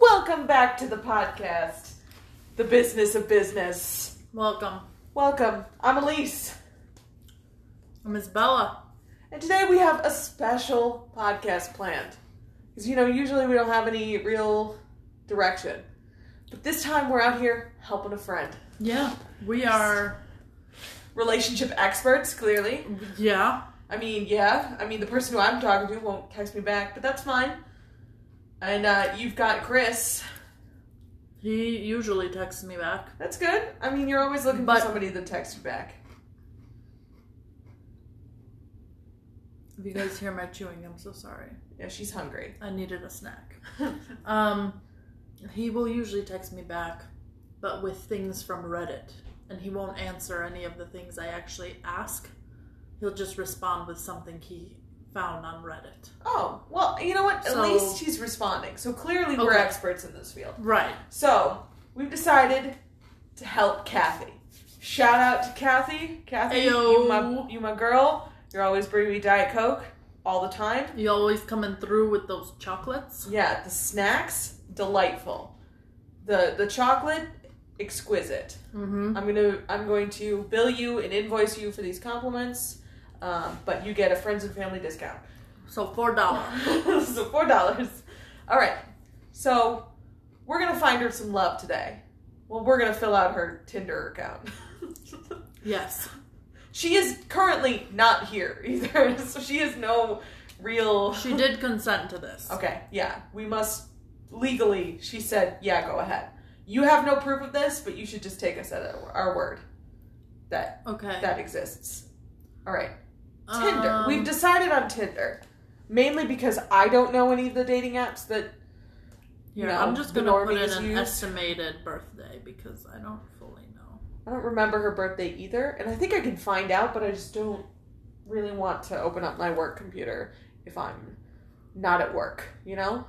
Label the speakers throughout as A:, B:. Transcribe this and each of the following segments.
A: Welcome back to the podcast, The Business of Business.
B: Welcome.
A: Welcome. I'm Elise.
B: I'm Miss Bella.
A: And today we have a special podcast planned. Because, you know, usually we don't have any real direction. But this time we're out here helping a friend.
B: Yeah. We are.
A: Relationship experts, clearly.
B: Yeah.
A: I mean, yeah. I mean, the person who I'm talking to won't text me back, but that's fine. And uh, you've got Chris.
B: He usually texts me back.
A: That's good. I mean, you're always looking
B: But-
A: for somebody to text you back.
B: If you guys hear my chewing, I'm so sorry.
A: Yeah, she's hungry.
B: I needed a snack. Um, he will usually text me back, but with things from Reddit, and he won't answer any of the things I actually ask. He'll just respond with something he found on Reddit.
A: Oh, well, you know what? At
B: So-
A: least she's responding. So clearly we're
B: Okay.
A: experts in this field.
B: Right.
A: So we've decided to help Kathy. Shout out to Kathy. Kathy, you
B: Ayo.
A: my, you my girl. You're always bringing me Diet Coke all the time.
B: You always coming through with those chocolates.
A: Yeah, the snacks, delightful. The the chocolate, exquisite.
B: Mm-hmm.
A: I'm gonna I'm going to bill you and invoice you for these compliments, um, but you get a friends and family discount.
B: So four dollars.
A: so four dollars. All right. So we're gonna find her some love today. Well, we're gonna fill out her Tinder account.
B: Yes.
A: she is currently not here either, so she has no real.
B: She did consent to this.
A: Okay. Yeah. We must legally. She said, "Yeah, go ahead." You have no proof of this, but you should just take us at our our word that
B: Okay.
A: that exists. All right. Tinder.
B: Um,
A: We've decided on Tinder. Mainly because I don't know any of the dating apps that
B: Here,
A: No,
B: I'm just
A: the
B: gonna put in
A: normies
B: an
A: use.
B: estimated birthday because I don't fully know.
A: I don't remember her birthday either, and I think I can find out, but I just don't really want to open up my work computer if I'm not at work, you know?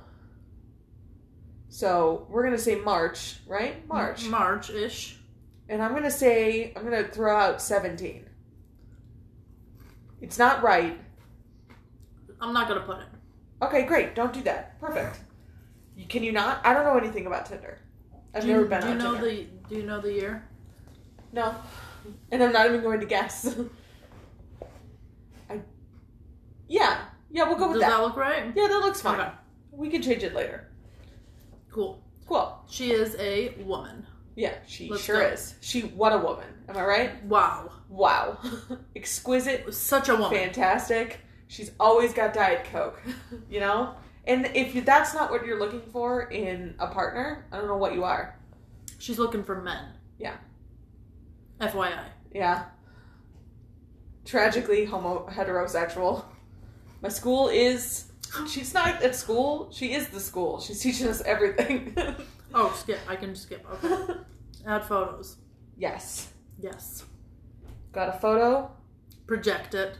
A: So we're gonna say March, right? March.
B: March ish.
A: And I'm gonna say I'm gonna throw out seventeen. It's not right.
B: I'm not gonna put it.
A: Okay, great. Don't do that. Perfect. You- Can you not? I don't know anything about Tinder. I've
B: do you,
A: never been
B: do
A: on
B: you know
A: Tinder.
B: the Do you know the year?
A: No. And I'm not even going to guess. I... Yeah. Yeah, we'll go with
B: Does
A: that.
B: that. look right?
A: Yeah, that looks fine.
B: Okay.
A: We can change it later.
B: Cool.
A: Cool.
B: She is a woman.
A: Yeah, she
B: Let's
A: sure
B: go.
A: is. She, what a woman. Am I right?
B: Wow,
A: Wow. Exquisite.
B: such a woman.
A: Fantastic. She's always got Diet Coke, you know? And if you, that's not what you're looking for in a partner, I don't know what you are.
B: She's looking for men.
A: Yeah.
B: FYI.
A: Yeah. Tragically homo heterosexual. My school is she's not at school, she is the school. She's teaching us everything.
B: Oh, skip. I can skip. Okay. Add photos.
A: yes.
B: Yes.
A: Got a photo,
B: Project it.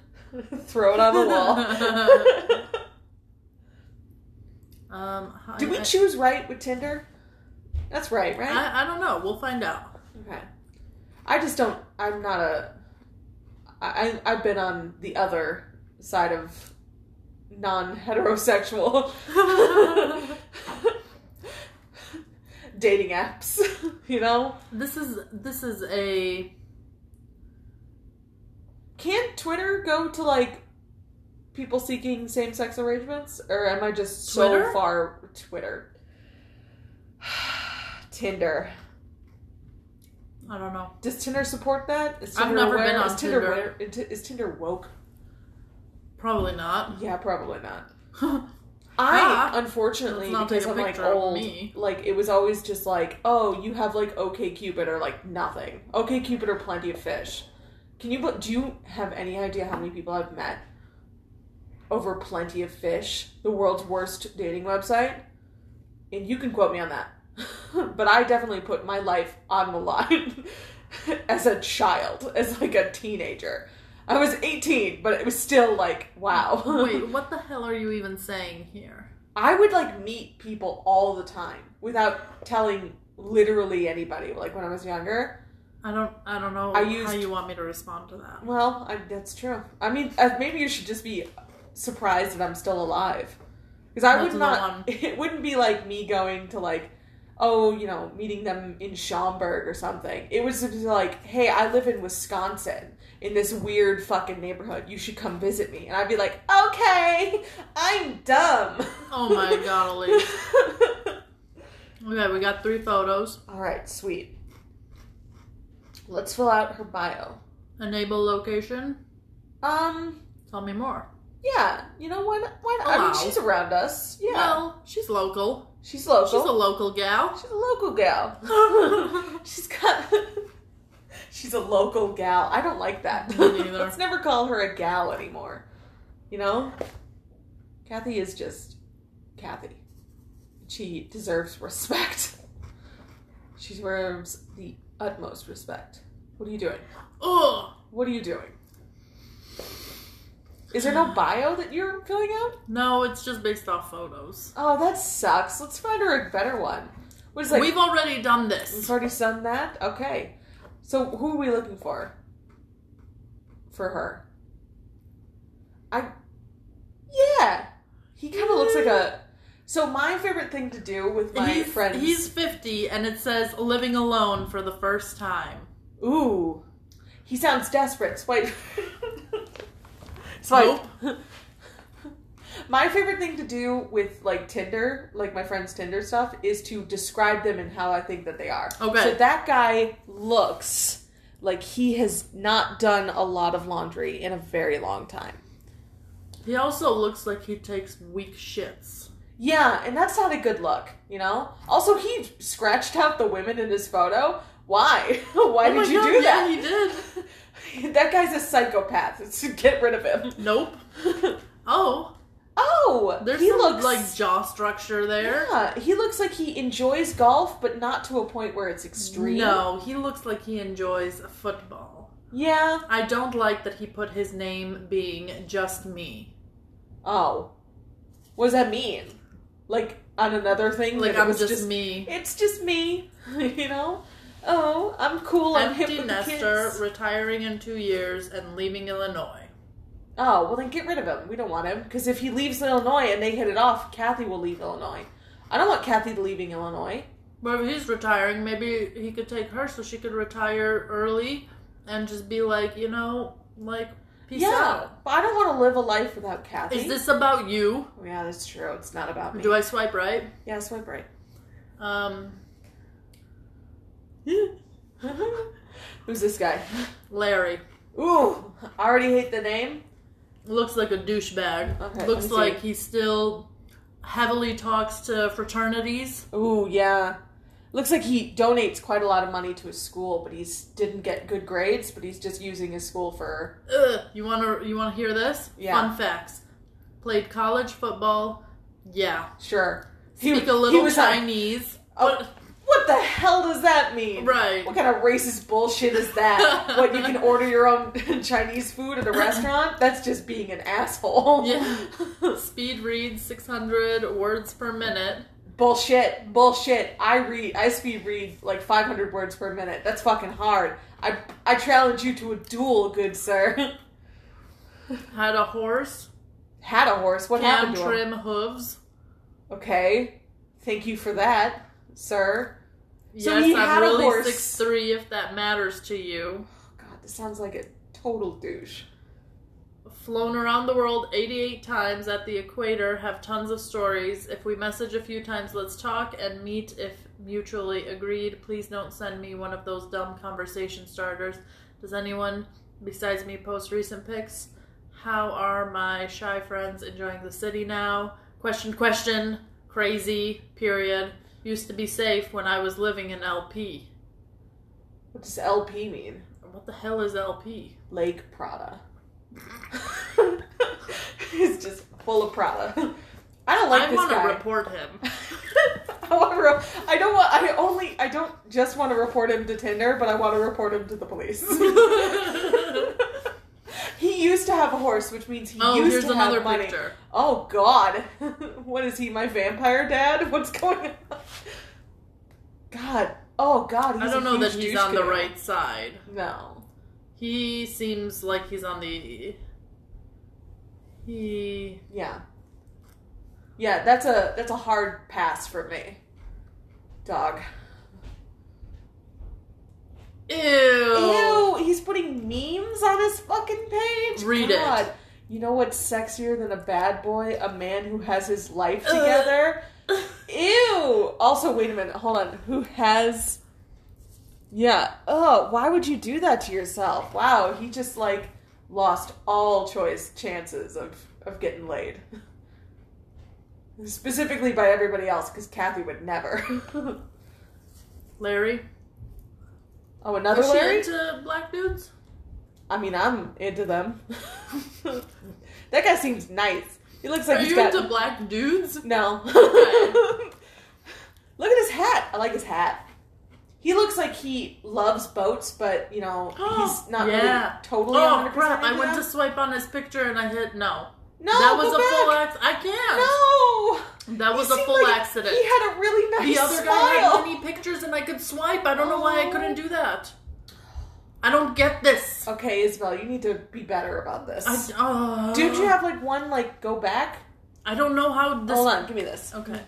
A: throw it on the wall.
B: Um. hi-
A: Did we
B: I,
A: choose right with Tinder? That's right, right?
B: I, I don't know. We'll find out.
A: Okay. I just don't I'm not a I I- I've been on the other side of non heterosexual dating apps, you know?
B: This is this is a
A: Can't Twitter go to like people seeking same sex arrangements? Or am I just
B: Twitter?
A: so far Twitter? Tinder.
B: I don't know.
A: Does Tinder support that? Is
B: I've
A: Tinder
B: never
A: aware?
B: been on
A: is Tinder,
B: Tinder.
A: aware- is Ti- is Tinder woke?
B: Probably not. Oh,
A: Yeah, probably not.
B: I
A: I
B: Ah.
A: unfortunately
B: Let's not
A: because
B: take a
A: I'm like
B: picture of
A: old,
B: me.
A: like it was always just like, oh, you have like OK Cupid or like nothing. OK Cupid or plenty of fish. Can you bel- do you have any idea how many people I've met over plenty of fish, the world's worst dating website? And you can quote me on that. but I definitely put my life on the line as a child, as like a teenager. I was 18, but it was still like, wow.
B: Wait, what the hell are you even saying here?
A: I would like meet people all the time without telling literally anybody. Like when I was younger,
B: I don't I don't know
A: I
B: how
A: used-
B: you want me to respond to that.
A: well, I, that's true. I mean, uh, maybe you should just be surprised that I'm still alive because I would
B: That's the
A: not. It wouldn't be like me going to like oh, you know, meeting them in Schaumburg or something. It was just like, hey, I live in Wisconsin in this weird fucking neighborhood. You should come visit me. And I'd be like, okay, I'm dumb.
B: Oh my god, Elise. Okay, we got three photos.
A: All right, sweet. Let's fill out her bio.
B: Enable location.
A: Um,
B: Tell me more.
A: yeah, you know why? Not, why? Not? I
B: Wow.
A: mean, she's around us. Yeah,
B: Well, she's local.
A: she's local.
B: She's a local gal.
A: she's a local gal. She's got. she's a local gal. I don't like that.
B: Me neither.
A: Let's never call her a gal anymore. You know, Kathy is just Kathy. She deserves respect. She deserves the utmost respect. What are you doing?
B: Ugh.
A: What are you doing? Is there no bio that you're filling out?
B: No, it's just based off photos.
A: Oh, that sucks. Let's find her a better one. What is like?
B: We've already done
A: We've
B: this.
A: already done that? Okay. So who are we looking for? For her. I Yeah. He kind of looks like a So my favorite thing to do with my
B: he's,
A: friends
B: he's 50 and it says living alone for the first time.
A: Ooh. He sounds desperate. Swipe. Swipe. My favorite thing to do with like Tinder, like my friend's Tinder stuff, is to describe them and how I think that they are.
B: Okay.
A: So that guy looks like he has not done a lot of laundry in a very long time.
B: He also looks like he takes weak shits.
A: Yeah, and that's not a good look, you know? Also, he scratched out the women in his photo. Why? Why
B: Oh my
A: did you
B: God,
A: do
B: yeah,
A: that?
B: he did.
A: that guy's a psychopath. It's- Get rid of him.
B: Nope. Oh,
A: oh,
B: there's
A: he
B: some
A: looks
B: like jaw structure there.
A: yeah, he looks like he enjoys golf, but not to a point where it's extreme.
B: No, he looks like he enjoys football.
A: Yeah.
B: I don't like that he put his name being just me.
A: Oh, what does that mean? Like on another thing?
B: Like
A: that it
B: I'm
A: was
B: just, me.
A: It's just me. you know. Oh, I'm cool. I'm hip
B: Empty
A: with
B: nester,
A: the kids.
B: retiring in two years and leaving Illinois.
A: Oh, well then get rid of him. We don't want him because if he leaves Illinois and they hit it off, Kathy will leave Illinois. I don't want Kathy leaving Illinois.
B: But if he's retiring, maybe he could take her so she could retire early and just be like, you know, like, peace
A: yeah,
B: out.
A: but I don't want to live a life without Kathy.
B: Is this about you?
A: Yeah, that's true. It's not about me.
B: Do I swipe right?
A: yeah, swipe right.
B: Um,
A: Who's this guy?
B: Larry.
A: Ooh, I already hate the name.
B: Looks like a douchebag.
A: Okay,
B: Looks
A: let me see.
B: like he still heavily talks to fraternities.
A: Ooh, yeah. Looks like he donates quite a lot of money to his school, but he's didn't get good grades, but he's just using his school for
B: Ugh. You wanna you wanna hear this?
A: Yeah.
B: Fun facts. Played college football. Yeah.
A: sure. He-
B: Speak a little
A: he was like,
B: Chinese.
A: Oh, what the hell does that mean?
B: Right.
A: What kind of racist bullshit is that? what you can order your own Chinese food at a restaurant? That's just being an asshole.
B: Yeah. Speed read 600 words per minute.
A: bullshit, bullshit. I read, I speed read like 500 words per minute. That's fucking hard. I I challenge you to a duel, good sir.
B: Had a horse.
A: Had a horse. What
B: Can
A: happened to him?
B: trim hooves.
A: Okay. Thank you for that, sir. So
B: yes,
A: he
B: I'm
A: had a
B: really
A: horse.
B: 6'3 if that matters to you.
A: Oh, God, this sounds like a total douche.
B: Flown around the world 88 times at the equator, have tons of stories. If we message a few times, let's talk and meet if mutually agreed. Please don't send me one of those dumb conversation starters. Does anyone besides me post recent pics? How are my shy friends enjoying the city now? Question, question. Crazy, period. Used to be safe when I was living in LP.
A: What does LP mean?
B: What the hell is LP?
A: Lake Prada. He's just full of Prada. I don't like
B: I
A: this
B: want
A: guy.
B: to report him.
A: I want to. Re- I don't want. I only. I don't just want to report him to Tinder, but I want to report him to the police. he used to have a horse, which means he
B: Oh,
A: used
B: here's
A: to
B: another
A: have money.
B: picture.
A: Oh God, what is he? My vampire dad? What's going on? God. Oh God. He's
B: I
A: a
B: don't know
A: huge
B: that he's
A: douche
B: on the
A: canoe.
B: right side.
A: No.
B: He seems like he's on the. He.
A: Yeah. Yeah, that's a that's a hard pass for me. Dog.
B: Ew.
A: Ew, he's putting memes on his fucking page.
B: Oh. Read it.
A: God. You know what's sexier than a bad boy? A man who has his life
B: Ugh.
A: together. Ew. Also, wait a minute. Hold on. Who has? Yeah. Oh, why would you do that to yourself? Wow. He just like lost all choice chances of of getting laid. Specifically by everybody else, because Kathy would never.
B: Larry.
A: oh, another
B: Is she
A: Larry.
B: into black dudes?
A: I mean, I'm into them. that guy seems nice. He looks like
B: Are
A: he's
B: you
A: got
B: into black dudes?
A: no.
B: Okay.
A: Look at his hat. I like his hat. He looks like he loves boats, but you know he's not
B: Yeah.
A: really totally.
B: Oh
A: 100%
B: crap! I
A: into
B: went
A: them.
B: to swipe on his picture and I hit no.
A: no.
B: that was
A: go
B: a full
A: back.
B: ax I can't.
A: No,
B: That was
A: He
B: a
A: seemed
B: full
A: like
B: accident.
A: He had a really nice
B: the other guy
A: smile.
B: had many pictures and I could swipe. I don't know why I
A: Oh.
B: couldn't do that. I don't get this.
A: okay, Isabel, you need to be better about this.
B: I, uh,
A: Dude, you have like one like go back?
B: I don't know how this.
A: Hold on, give me this.
B: Okay,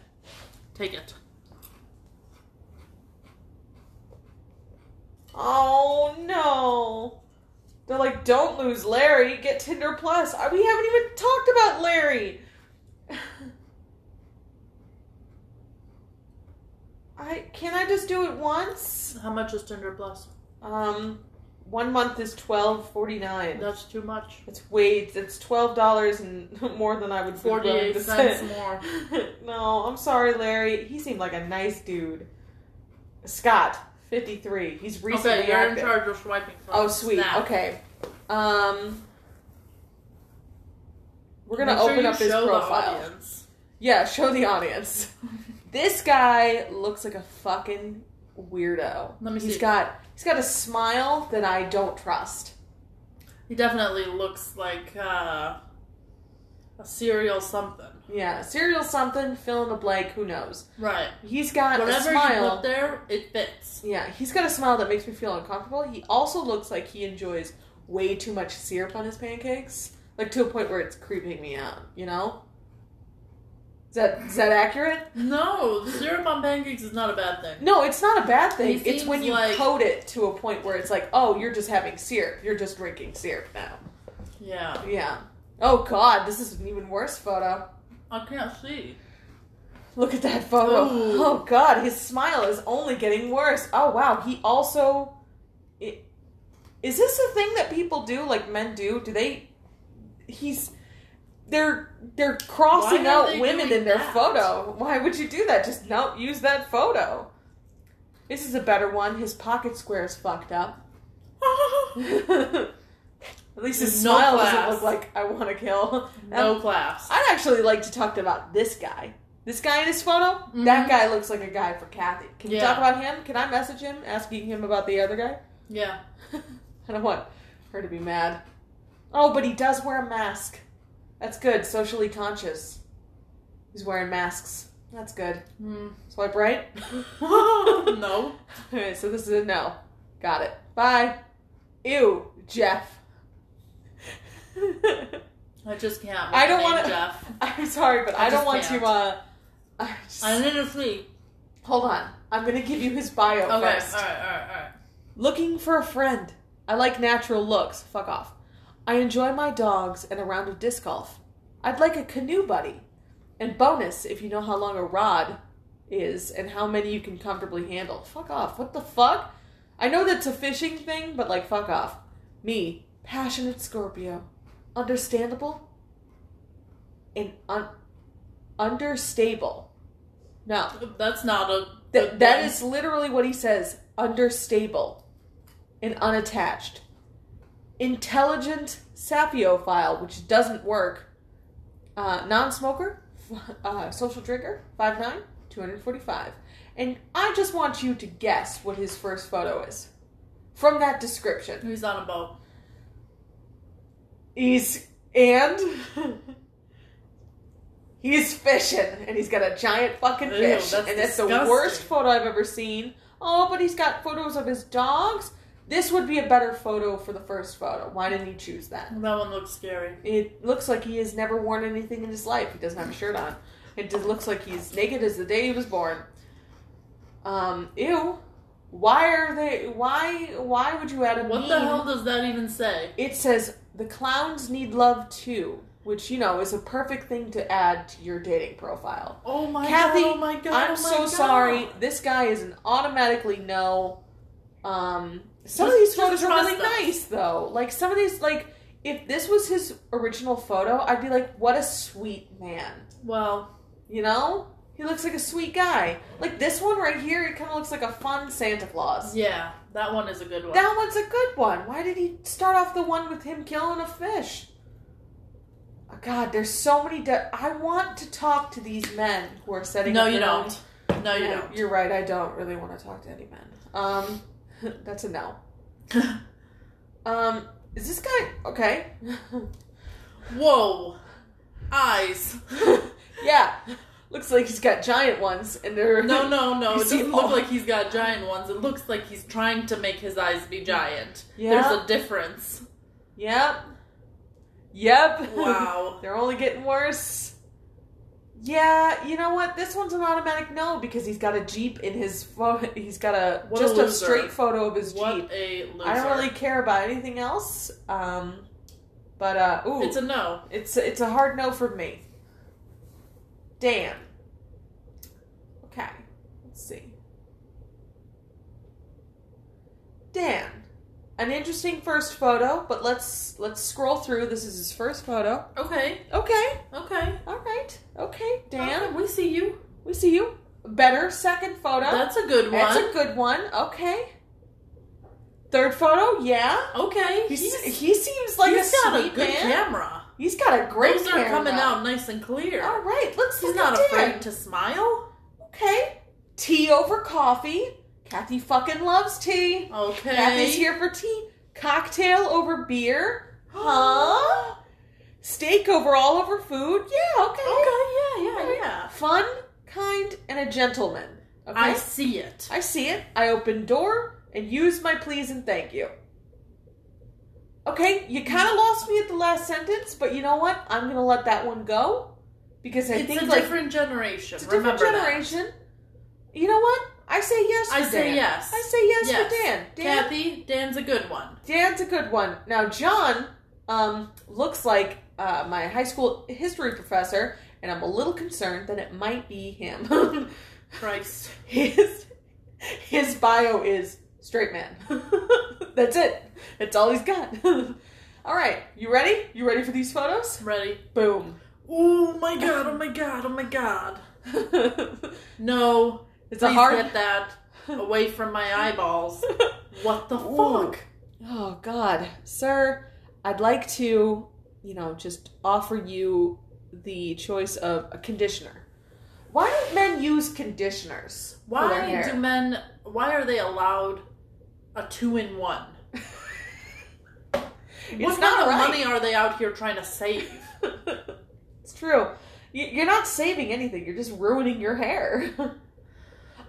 B: take it.
A: Oh no. They're like, don't lose Larry, get Tinder Plus. I- We haven't even talked about Larry. I can I just do it once?
B: How much is Tinder Plus?
A: Um one month is twelve forty nine.
B: That's too much.
A: It's way it's twelve dollars and more than I would be willing
B: Forty-eight
A: to
B: cents
A: spend.
B: more.
A: no, I'm sorry, Larry. He seemed like a nice dude. Scott, fifty three. He's recently
B: okay, you're
A: active.
B: in charge of swiping. for
A: Oh,
B: us.
A: sweet.
B: Snap.
A: Okay. Um, we're gonna
B: Make sure
A: open
B: you
A: up his
B: show the
A: profile.
B: audience.
A: Yeah, show the audience. this guy looks like a fucking weirdo.
B: Let me
A: He's
B: see.
A: got he's got a smile that I don't trust.
B: He definitely looks like uh, a cereal something.
A: Yeah, cereal something, fill in the blank. Who knows?
B: Right.
A: He's got
B: Whatever
A: a
B: you
A: smile.
B: put there, it fits.
A: Yeah, he's got a smile that makes me feel uncomfortable. He also looks like he enjoys way too much syrup on his pancakes, like to a point where it's creeping me out. You know? Is that is that accurate?
B: No, syrup on pancakes is not a bad thing.
A: No, it's not a bad thing.
B: He
A: It's when
B: seems
A: you
B: like-
A: coat it to a point where it's like, oh, you're just having syrup. You're just drinking syrup now.
B: Yeah.
A: Yeah. Oh God, this is an even worse photo.
B: I can't see.
A: Look at that photo.
B: Ooh.
A: Oh God, his smile is only getting worse. Oh wow, he also. i- Is this a thing that people do? Like men do? Do they? He's. They're they're crossing
B: Why are
A: out
B: they
A: women
B: doing
A: in their
B: that?
A: photo. Why would you do that? Just not use that photo. This is a better one. His pocket square is fucked up. At least his
B: No
A: smile doesn't
B: class.
A: look like I want to kill.
B: No class.
A: I'd actually like to talk about this guy. This guy in his photo, that
B: Mhm.
A: guy looks like a guy for Kathy. Can you
B: Yeah.
A: talk about him? Can I message him asking him about the other guy?
B: Yeah.
A: I don't want her to be mad. Oh, but he does wear a mask. That's good. Socially conscious. He's wearing masks. That's good.
B: Hmm.
A: Swipe right.
B: no.
A: Alright, so this is a no. Got it. Bye. Ew, Jeff.
B: I just can't.
A: I don't
B: Name
A: wanna-
B: Jeff.
A: I'm sorry, but I,
B: I
A: don't
B: just
A: want
B: can't.
A: to. Uh, I just-
B: I need to see.
A: Hold on. I'm going to give you his bio
B: Okay. All right.
A: first.
B: All right. All right.
A: Looking for a friend. I like natural looks. Fuck off. I enjoy my dogs and a round of disc golf. I'd like a canoe buddy. And bonus if you know how long a rod is and how many you can comfortably handle. Fuck off. What the fuck? I know that's a fishing thing, but like, fuck off. Me, passionate Scorpio. Understandable? And un- understable. No.
B: That's not a.
A: Th-
B: a-
A: that is literally what he says understable and unattached. Intelligent sapiophile, which doesn't work. Uh, non smoker, f- uh, social drinker, 5'9, 245. And I just want you to guess what his first photo is from that description.
B: He's on a boat.
A: He's. and. He's fishing, and he's got a giant fucking
B: Ew,
A: fish,
B: that's
A: and that's the
B: disgusting.
A: worst photo I've ever seen. Oh, but he's got photos of his dogs. This would be a better photo for the first photo. Why didn't he choose that?
B: That one looks scary.
A: It looks like he has never worn anything in his life. He doesn't have a shirt on. It just looks like he's naked as the day he was born. Um, ew. Why are they? Why? Why would you add a
B: What
A: mean?
B: the hell does that even say?
A: It says the clowns need love too, which you know is a perfect thing to add to your dating profile.
B: Oh my
A: Kathy,
B: god! Oh my god!
A: I'm
B: oh my
A: so
B: God.
A: sorry. This guy is an automatically no. Um, some of
B: Just-
A: these
B: just
A: photos are
B: trust
A: really
B: us.
A: nice though. Like some of these, like if this was his original photo, I'd be like, what a sweet man.
B: Well,
A: You know, he looks like a sweet guy. Like this one right here, it kind of looks like a fun Santa Claus.
B: yeah, that one is a good one.
A: That one's a good one. Why did he start off the one with him killing a fish? Oh, God, there's so many. De- I want to talk to these men who are setting.
B: no,
A: up
B: you
A: their own-
B: don't. No, you
A: Yeah,
B: don't.
A: You're right. I don't really want to talk to any men. Um, that's a no. Um, is this guy okay?
B: Whoa, eyes.
A: yeah, looks like he's got giant ones, and they're
B: No, no, no.
A: You
B: It
A: see
B: doesn't
A: all-
B: look like he's got giant ones. It looks like he's trying to make his eyes be giant.
A: Yeah.
B: There's a difference.
A: Yep. Yep.
B: Wow.
A: They're only getting worse. Yeah, you know what? This one's an automatic no because he's got a jeep in his photo. He's got a
B: What a
A: just a,
B: loser.
A: straight photo of his jeep.
B: what a loser.
A: I don't really care about anything else. Um, but uh, ooh,
B: It's a no.
A: It's it's a hard no for me. Damn. Okay. Let's see. Dan. An interesting first photo, but let's let's scroll through. This is his first photo.
B: Okay.
A: Okay.
B: Okay.
A: All right. Okay, Dan.
B: Okay, we see you.
A: We see you. Better second photo.
B: That's a good one.
A: That's a good one. Okay. Third photo. Yeah.
B: okay.
A: He's,
B: He's,
A: he seems like
B: he's
A: a
B: got
A: sweet
B: a good
A: man.
B: camera.
A: He's got a great
B: Those
A: camera.
B: are coming out nice and clear.
A: All right, let's.
B: He's
A: look
B: not
A: at Dan.
B: afraid to smile.
A: Okay, tea over coffee. Kathy fucking loves tea.
B: Okay.
A: Kathy's here for tea. Cocktail over beer. Huh? Steak over all over food. Yeah. Okay.
B: Okay. Yeah. Yeah.
A: Okay.
B: Yeah.
A: Fun, kind, and a gentleman. Okay.
B: I see it.
A: I see it. I open door and use my please and thank you. Okay, you kind
B: Mm-hmm.
A: of lost me at the last sentence, but you know what? I'm gonna let that one go because I
B: It's
A: think
B: a
A: like
B: different generation.
A: It's a different
B: Remember that.
A: generation. You know what? I say yes. For
B: I say
A: Dan.
B: yes.
A: I say yes,
B: Yes.
A: for Dan. Dan.
B: Kathy, Dan's a good one.
A: Dan's a good one. Now John um, looks like uh, my high school history professor, and I'm a little concerned that it might be him.
B: Christ.
A: his his bio is straight man. That's it. That's all he's got. all right, you ready? You ready for these photos?
B: Ready?
A: Boom.
B: Oh my god, oh my god, oh my god.
A: it's
B: No.
A: a
B: please
A: hard.
B: get that away from my eyeballs. What the
A: Ooh.
B: fuck?
A: Oh God, sir, I'd like to, you know, just offer you the choice of a conditioner. Why don't men use conditioners for their
B: Why
A: hair?
B: do men why are they allowed a two in one?
A: It's
B: what kind
A: not
B: of
A: right.
B: money are they out here trying to save?
A: it's true. You- You're not saving anything. You're just ruining your hair.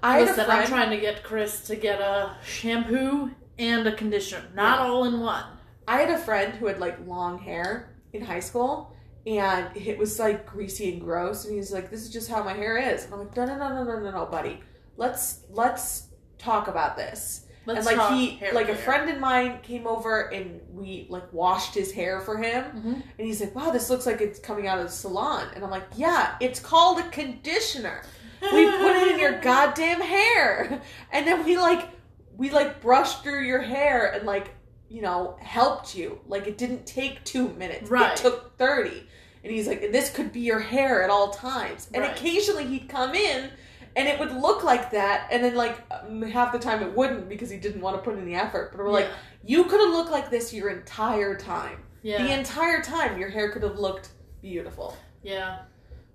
A: I had a
B: Listen, I'm
A: friend.
B: trying to get Chris to get a shampoo and a conditioner, not all in one.
A: I had a friend who had like long hair in high school, and it was like greasy and gross. And he's like, "This is just how my hair is." And I'm like, "No, no, no, no, no, no, no, buddy. Let's let's talk about this."
B: Let's
A: and like
B: talk
A: he,
B: hair
A: like a
B: care.
A: friend of mine came over, and we like washed his hair for him.
B: Mhm.
A: And he's like, "Wow, this looks like it's coming out of the salon." And I'm like, "Yeah, it's called a conditioner." we put it in your goddamn hair and then we like we like brushed through your hair and like you know helped you like it didn't take two minutes
B: Right.
A: it took 30 and he's like and this could be your hair at all times and
B: Right.
A: occasionally he'd come in and it would look like that and then like um, half the time it wouldn't because he didn't want to put in the effort but we're like
B: Yeah.
A: you could have looked like this your entire time
B: yeah,
A: the entire time your hair could have looked beautiful
B: yeah.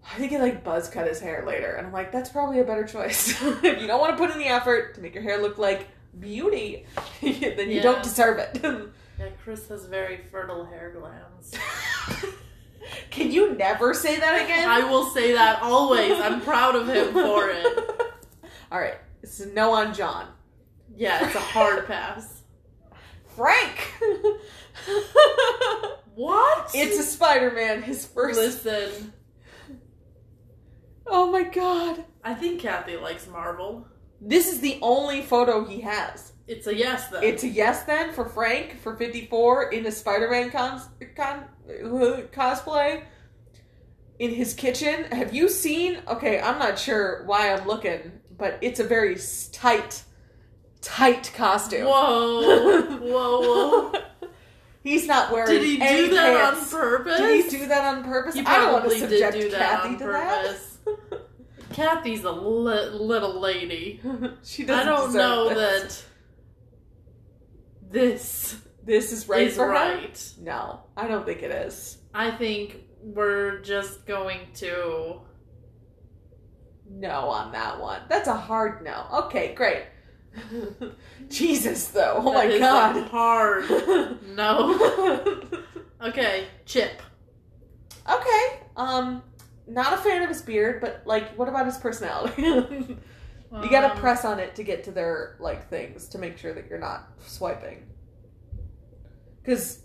A: I think he like buzz cut his hair later, and I'm like, that's probably a better choice. if you don't want to put in the effort to make your hair look like beauty, then you
B: Yeah.
A: don't deserve it.
B: Yeah, Chris has very fertile hair glands.
A: Can you never say that again?
B: I will say that always. I'm proud of him for it.
A: All right, this is no on John.
B: Yeah, it's a hard pass.
A: Frank.
B: What?
A: it's a Spider-Man. His first.
B: listen.
A: Oh my god.
B: I think Kathy likes Marvel.
A: This is the only photo he has.
B: It's a yes, though.
A: It's a yes then for Frank for 54 in a Spider-Man cons- con- cosplay in his kitchen. Have you seen? Okay, I'm not sure why I'm looking, but it's a very s- tight, tight costume.
B: whoa, whoa, whoa.
A: He's not wearing.
B: Did he do
A: any
B: that
A: pants.
B: on purpose?
A: Did he do that on purpose?
B: He
A: I don't want to
B: probably did
A: subject
B: do that
A: Kathy
B: on
A: to
B: purpose. Kathy's a li- little lady.
A: that. she
B: I
A: doesn't.
B: don't
A: deserve
B: know
A: this.
B: that this
A: this is right
B: is
A: for her?
B: right.
A: No, I don't think it is.
B: I think we're just going to.
A: No on that one. That's a hard no. Okay, great. Jesus, though. Oh
B: That
A: my
B: is
A: god.
B: Hard. No. Okay, Chip.
A: okay. Um, not a fan of his beard, but like, what about his personality? you gotta
B: Um,
A: press on it to get to their like things to make sure that you're not swiping. Because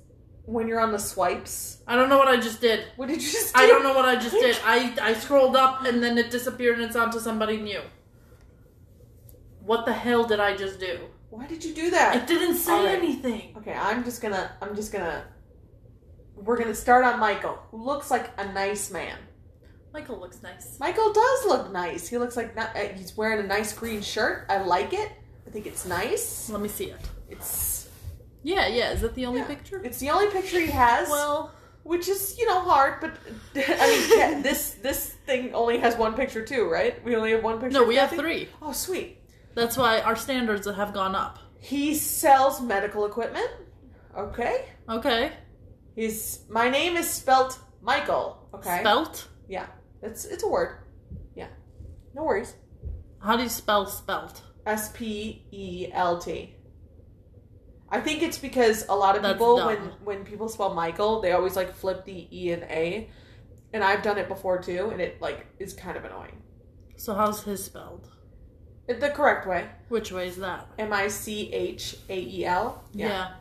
A: when you're on the swipes,
B: I don't know what I just did.
A: what did you just? Do?
B: I don't know what I just did. I, I scrolled up and then it disappeared and it's onto somebody new. What the hell did I just do?
A: Why did you do that?
B: It didn't say
A: Alright.
B: anything.
A: Okay, I'm just gonna. I'm just gonna. We're gonna start on Michael, who looks like a nice man.
B: Michael looks nice.
A: Michael does look nice. He looks like not, uh, he's wearing a nice green shirt. I like it. I think it's nice.
B: Let me see it.
A: It's
B: Yeah, yeah. Is that the only
A: Yeah.
B: picture?
A: it's the only picture he has,
B: Well,
A: which is you know hard. But I mean, yeah, this this thing only has one picture too, right? We only have one picture.
B: no, we
A: of
B: have
A: Kathy?
B: three.
A: Oh, sweet.
B: That's why our standards have gone up.
A: He sells medical equipment. Okay.
B: Okay.
A: His my name is spelt Michael. Okay.
B: Spelt.
A: It's it's a word. Yeah. No worries.
B: How do you spell spelt?
A: S P E L T. I think it's because a lot of
B: That's
A: people
B: dumb.
A: when when people spell Michael, they always like flip the E and A. And I've done it before too, and it like is kind of annoying.
B: So how's his spelled?
A: It- The correct way.
B: Which way is that?
A: M I C H A E L. Yeah.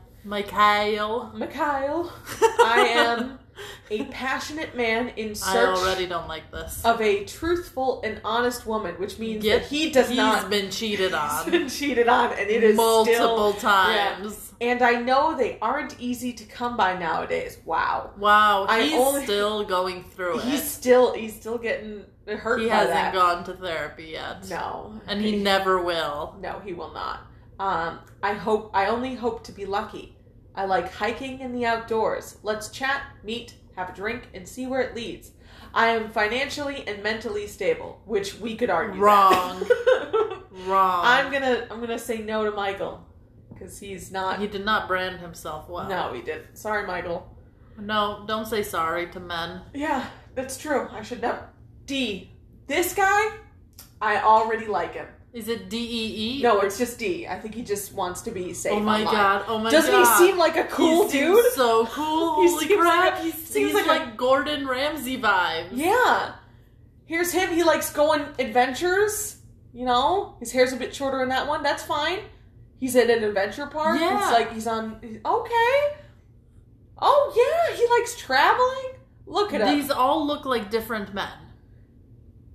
B: Mikhail.
A: Mikhail. I am a passionate man in
B: I
A: search
B: already don't like this.
A: of a truthful and honest woman, which means
B: Yet
A: that he does
B: He's
A: not
B: been cheated
A: He's
B: on
A: been cheated on, and it is still
B: multiple times.
A: And I know they aren't easy to come by nowadays. Wow.
B: Wow,
A: I
B: he's
A: only-
B: still going through
A: He's
B: it.
A: still he's still getting hurt.
B: He
A: by
B: hasn't
A: that.
B: gone to therapy yet,
A: No.
B: and he never will.
A: No, he will not. Um, I hope I only hope to be lucky. I like hiking in the outdoors. Let's chat, meet, have a drink, and see where it leads. I am financially and mentally stable, which we could argue. that.
B: Wrong.
A: I'm gonna I'm gonna say no to Michael because he's not.
B: He did not brand himself well.
A: No, he didn't. Sorry, Michael.
B: no, don't say sorry to men.
A: Yeah, that's true. I should never. D. This guy, I already like him.
B: Is it D E E?
A: No, it's just D. I think he just wants to be safe.
B: Oh my
A: online.
B: god! Oh my
A: Doesn't
B: god!
A: he seem like a cool
B: He
A: dude?
B: seems So cool!
A: He
B: Holy
A: seems like
B: crap!
A: a-
B: he
A: seems
B: seems
A: like
B: like,
A: a-
B: Gordon Ramsay vibes.
A: yeah. Here's him. He likes going adventures. You know, his hair's a bit shorter in that one. That's fine. He's at an adventure park.
B: Yeah.
A: It's like he's on. Okay. Oh yeah, he likes traveling. Look at him.
B: These all look like different men.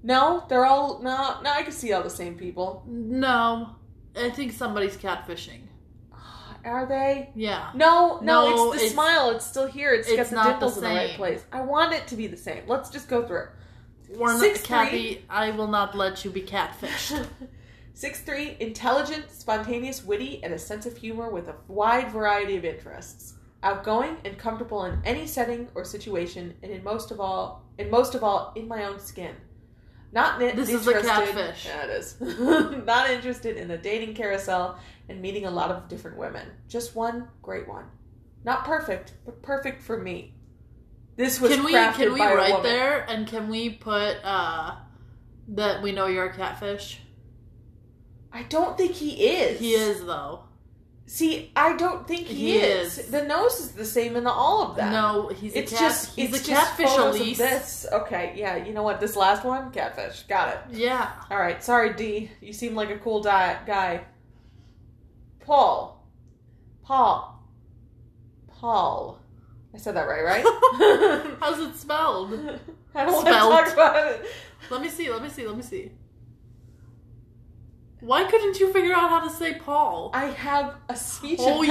A: No, they're all no. No, I can see all the same people.
B: No, I think somebody's catfishing.
A: Are they?
B: Yeah.
A: No, no,
B: No,
A: it's the
B: it's-
A: smile. It's still here. It's,
B: it's
A: got the
B: not
A: dimples
B: the
A: in the right
B: same.
A: place. I want it to be the same. Let's just go through.
B: We're not,
A: Six,
B: Kathy, I will not let you be catfished.
A: Six three, intelligent, spontaneous, witty, and a sense of humor with a wide variety of interests. Outgoing and comfortable in any setting or situation, and in most of all, and most of all, in my own skin. Not ni-
B: This is the
A: interested-
B: catfish.
A: Yeah, it is. not interested in the dating carousel and meeting a lot of different women. Just one great one. Not perfect, but perfect for me. This was
B: can we
A: crafted
B: can we
A: by a
B: write
A: woman.
B: there and can we put uh that we know you're a catfish?
A: I don't think he is.
B: He is though.
A: See, I don't think he,
B: He
A: is.
B: is.
A: The nose is the same in all of them.
B: No, he's
A: it's
B: a cat.
A: just
B: he's
A: it's
B: a catfish,
A: just photos
B: Elise.
A: Of this. Okay, yeah. You know what? This last one, catfish. Got it.
B: Yeah.
A: All right. Sorry, D. You seem like a cool di- guy. Paul, Paul, Paul. I said that right, right?
B: How's it spelled?
A: I don't want to
B: Spelt.
A: talk about it.
B: Let me see. Let me see. Let me see. Why couldn't you figure out how to say Paul?
A: I have a speech
B: Oh,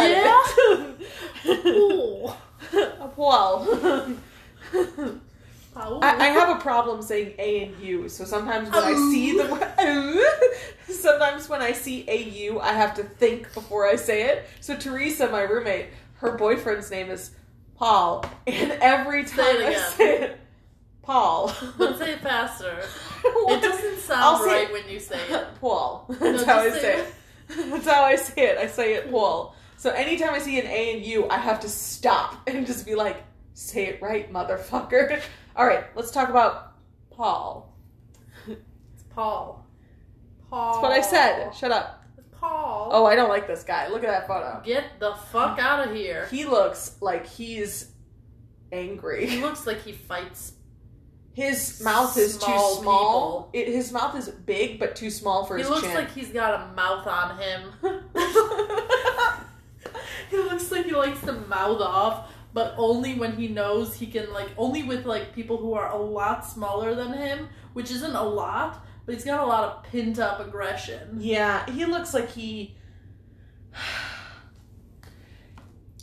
A: impediment.
B: Paul.
A: a Paul.
B: Paul.
A: I, I have a problem saying A and U, so sometimes when I see
B: Oh.
A: the sometimes when I see A U, I have to think before I say it. So Teresa, my roommate, her boyfriend's name is Paul, and every time
B: Say it
A: I
B: again.
A: say it, Paul.
B: But say it faster. It
A: What?
B: doesn't sound
A: I'll say
B: right
A: it.
B: when you say it.
A: Paul. That's
B: just
A: how I
B: say
A: say it. That's how I say it. I say it Paul. So anytime I see an A and U, I have to stop and just be like, say it right, motherfucker. All right, let's talk about Paul.
B: It's Paul. Paul.
A: That's what I said. Shut up.
B: It's Paul.
A: Oh, I don't like this guy. Look at that photo.
B: Get the fuck out of here.
A: He looks like he's
B: He
A: angry.
B: looks like he fights.
A: His mouth is
B: Small
A: too small. It, his mouth is big but too small for
B: He
A: his
B: looks
A: chin.
B: like he's got a mouth on him. he looks like he likes to mouth off, but only when he knows he can like only with like people who are a lot smaller than him, which isn't a lot, but he's got a lot of pent up aggression.
A: Yeah, he looks like he.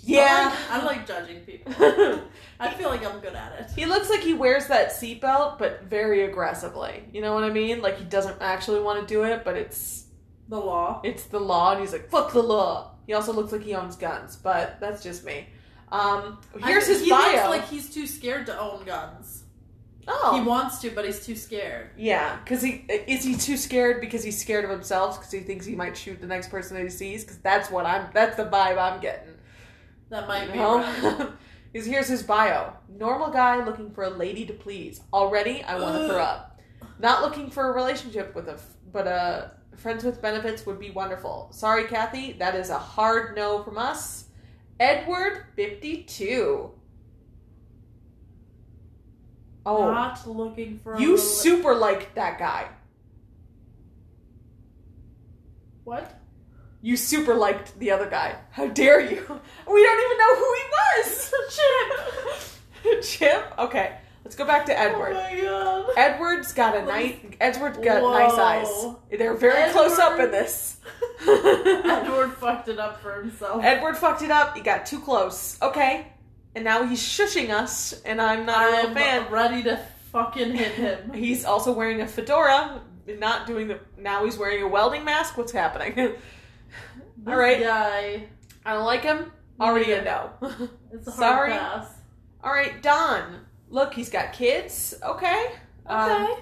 A: yeah.
B: I like, I like judging people. I feel like I'm good at it.
A: he looks like he wears that seatbelt, but very aggressively. You know what I mean? Like he doesn't actually want to do it, but it's
B: The law.
A: it's the law, and he's like, "Fuck the law." He also looks like he owns guns, but that's just me. Um, here's
B: I-
A: his
B: he
A: bio.
B: looks like he's too scared to own guns.
A: oh,
B: He wants to, but he's too scared.
A: Yeah, because he is he too scared because he's scared of himself because he thinks he might shoot the next person that he sees because that's what I'm that's the vibe I'm getting.
B: That might be.
A: You know?
B: right.
A: Because here's his bio: normal guy looking for a lady to please. Already, I want to throw up. Not looking for a relationship with a f- but a friends with benefits would be wonderful. Sorry, Kathy, that is a hard no from us. Edward, fifty-two. Oh,
B: Not looking for a
A: you
B: rela-
A: super liked that guy.
B: What?
A: You super liked the other guy. How dare you? We don't even know who he was! Chip! Chip? Okay, let's go back to Edward.
B: Oh my god.
A: Edward's got a nice. Edward's got
B: Whoa.
A: nice eyes. They're very close up in
B: Edward.
A: this.
B: Edward fucked it up for himself.
A: Edward fucked it up. He got too close. Okay, and now he's shushing us, and I'm not a real
B: I'm
A: fan.
B: ready to fucking hit him.
A: He's also wearing a fedora. Not doing the. Now he's wearing a welding mask. What's happening?
B: This
A: All right.
B: guy.
A: I don't like him. Already a no.
B: It's a hard
A: Sorry.
B: pass.
A: All right, Don. Look, he's got kids. Okay. Um,
B: Okay.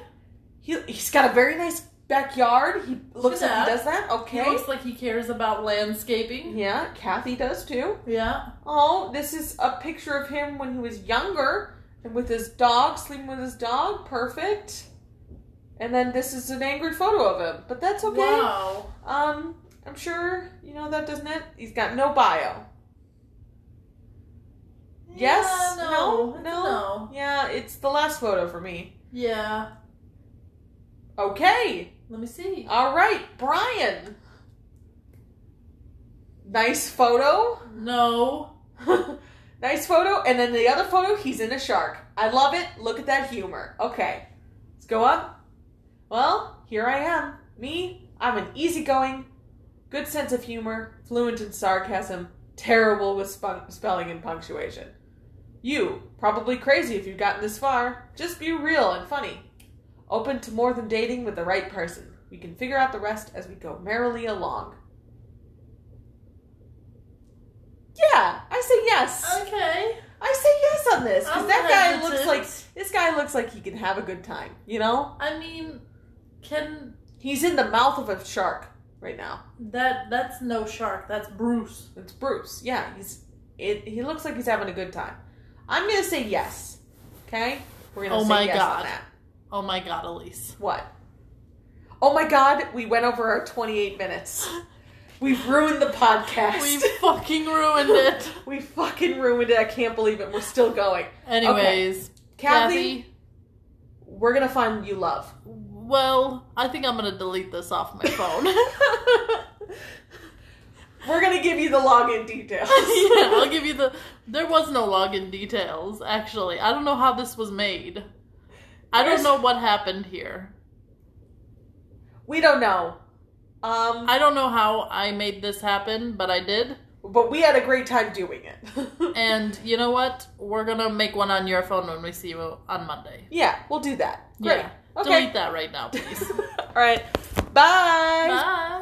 A: he, he's got a very nice backyard. He looks
B: Look
A: like
B: at
A: he
B: that.
A: does that.
B: he
A: Okay.
B: looks like he cares about landscaping.
A: Yeah, Kathy does too.
B: Yeah.
A: Oh, this is a picture of him when he was younger and with his dog, sleeping with his dog. Perfect. And then this is an angry photo of him, but that's okay.
B: Wow.
A: Um, I'm sure you know that, doesn't it? He's got no bio. Yes?
B: Yeah,
A: No?
B: no. It's a
A: No? Yeah, it's the last photo for me.
B: Yeah.
A: Okay.
B: Let me see.
A: All right, Brian. Nice photo.
B: No.
A: nice photo. And then the other photo, he's in a shark. I love it. Look at that humor. Okay. Let's go up. Well, here I am. Me, I'm an easygoing, good sense of humor, fluent in sarcasm, terrible with spun- spelling and punctuation. You, probably crazy if you've gotten this far. Just be real and funny. Open to more than dating with the right person. We can figure out the rest as we go merrily along. Yeah, I say yes.
B: Oh, Okay.
A: I say yes on this because
B: I'm
A: that guy looks
B: hesitant.
A: like this guy looks like he can have a good time. You know,
B: I mean, can
A: he's in the mouth of a shark right now.
B: that? That's no shark. That's Bruce.
A: It's Bruce. Yeah, he's it. He looks like he's having a good time. I'm gonna say yes. Okay, we're gonna
B: Oh
A: say
B: my
A: yes on
B: God.
A: that.
B: Oh my God, Elise.
A: What? Oh my God, we went over our 28 minutes. We've ruined the podcast.
B: We fucking ruined it.
A: we fucking ruined it. I can't believe it. We're still going.
B: Anyways,
A: Kathy,
B: Kathy
A: we're gonna find you love.
B: Well, I think I'm gonna delete this off my phone. yeah,
A: We're gonna give you the login details.
B: I'll give you the. There was no login details, actually. I don't know how this was made. I
A: There's-
B: don't know what happened here.
A: we don't know. Um,
B: I don't know how I made this happen, but I did.
A: but we had a great time doing it.
B: And you know what? We're gonna make one on your phone when we see you on Monday.
A: yeah, we'll do that. Great.
B: Yeah.
A: Okay.
B: Delete that right now, please.
A: All right. Bye.
B: Bye.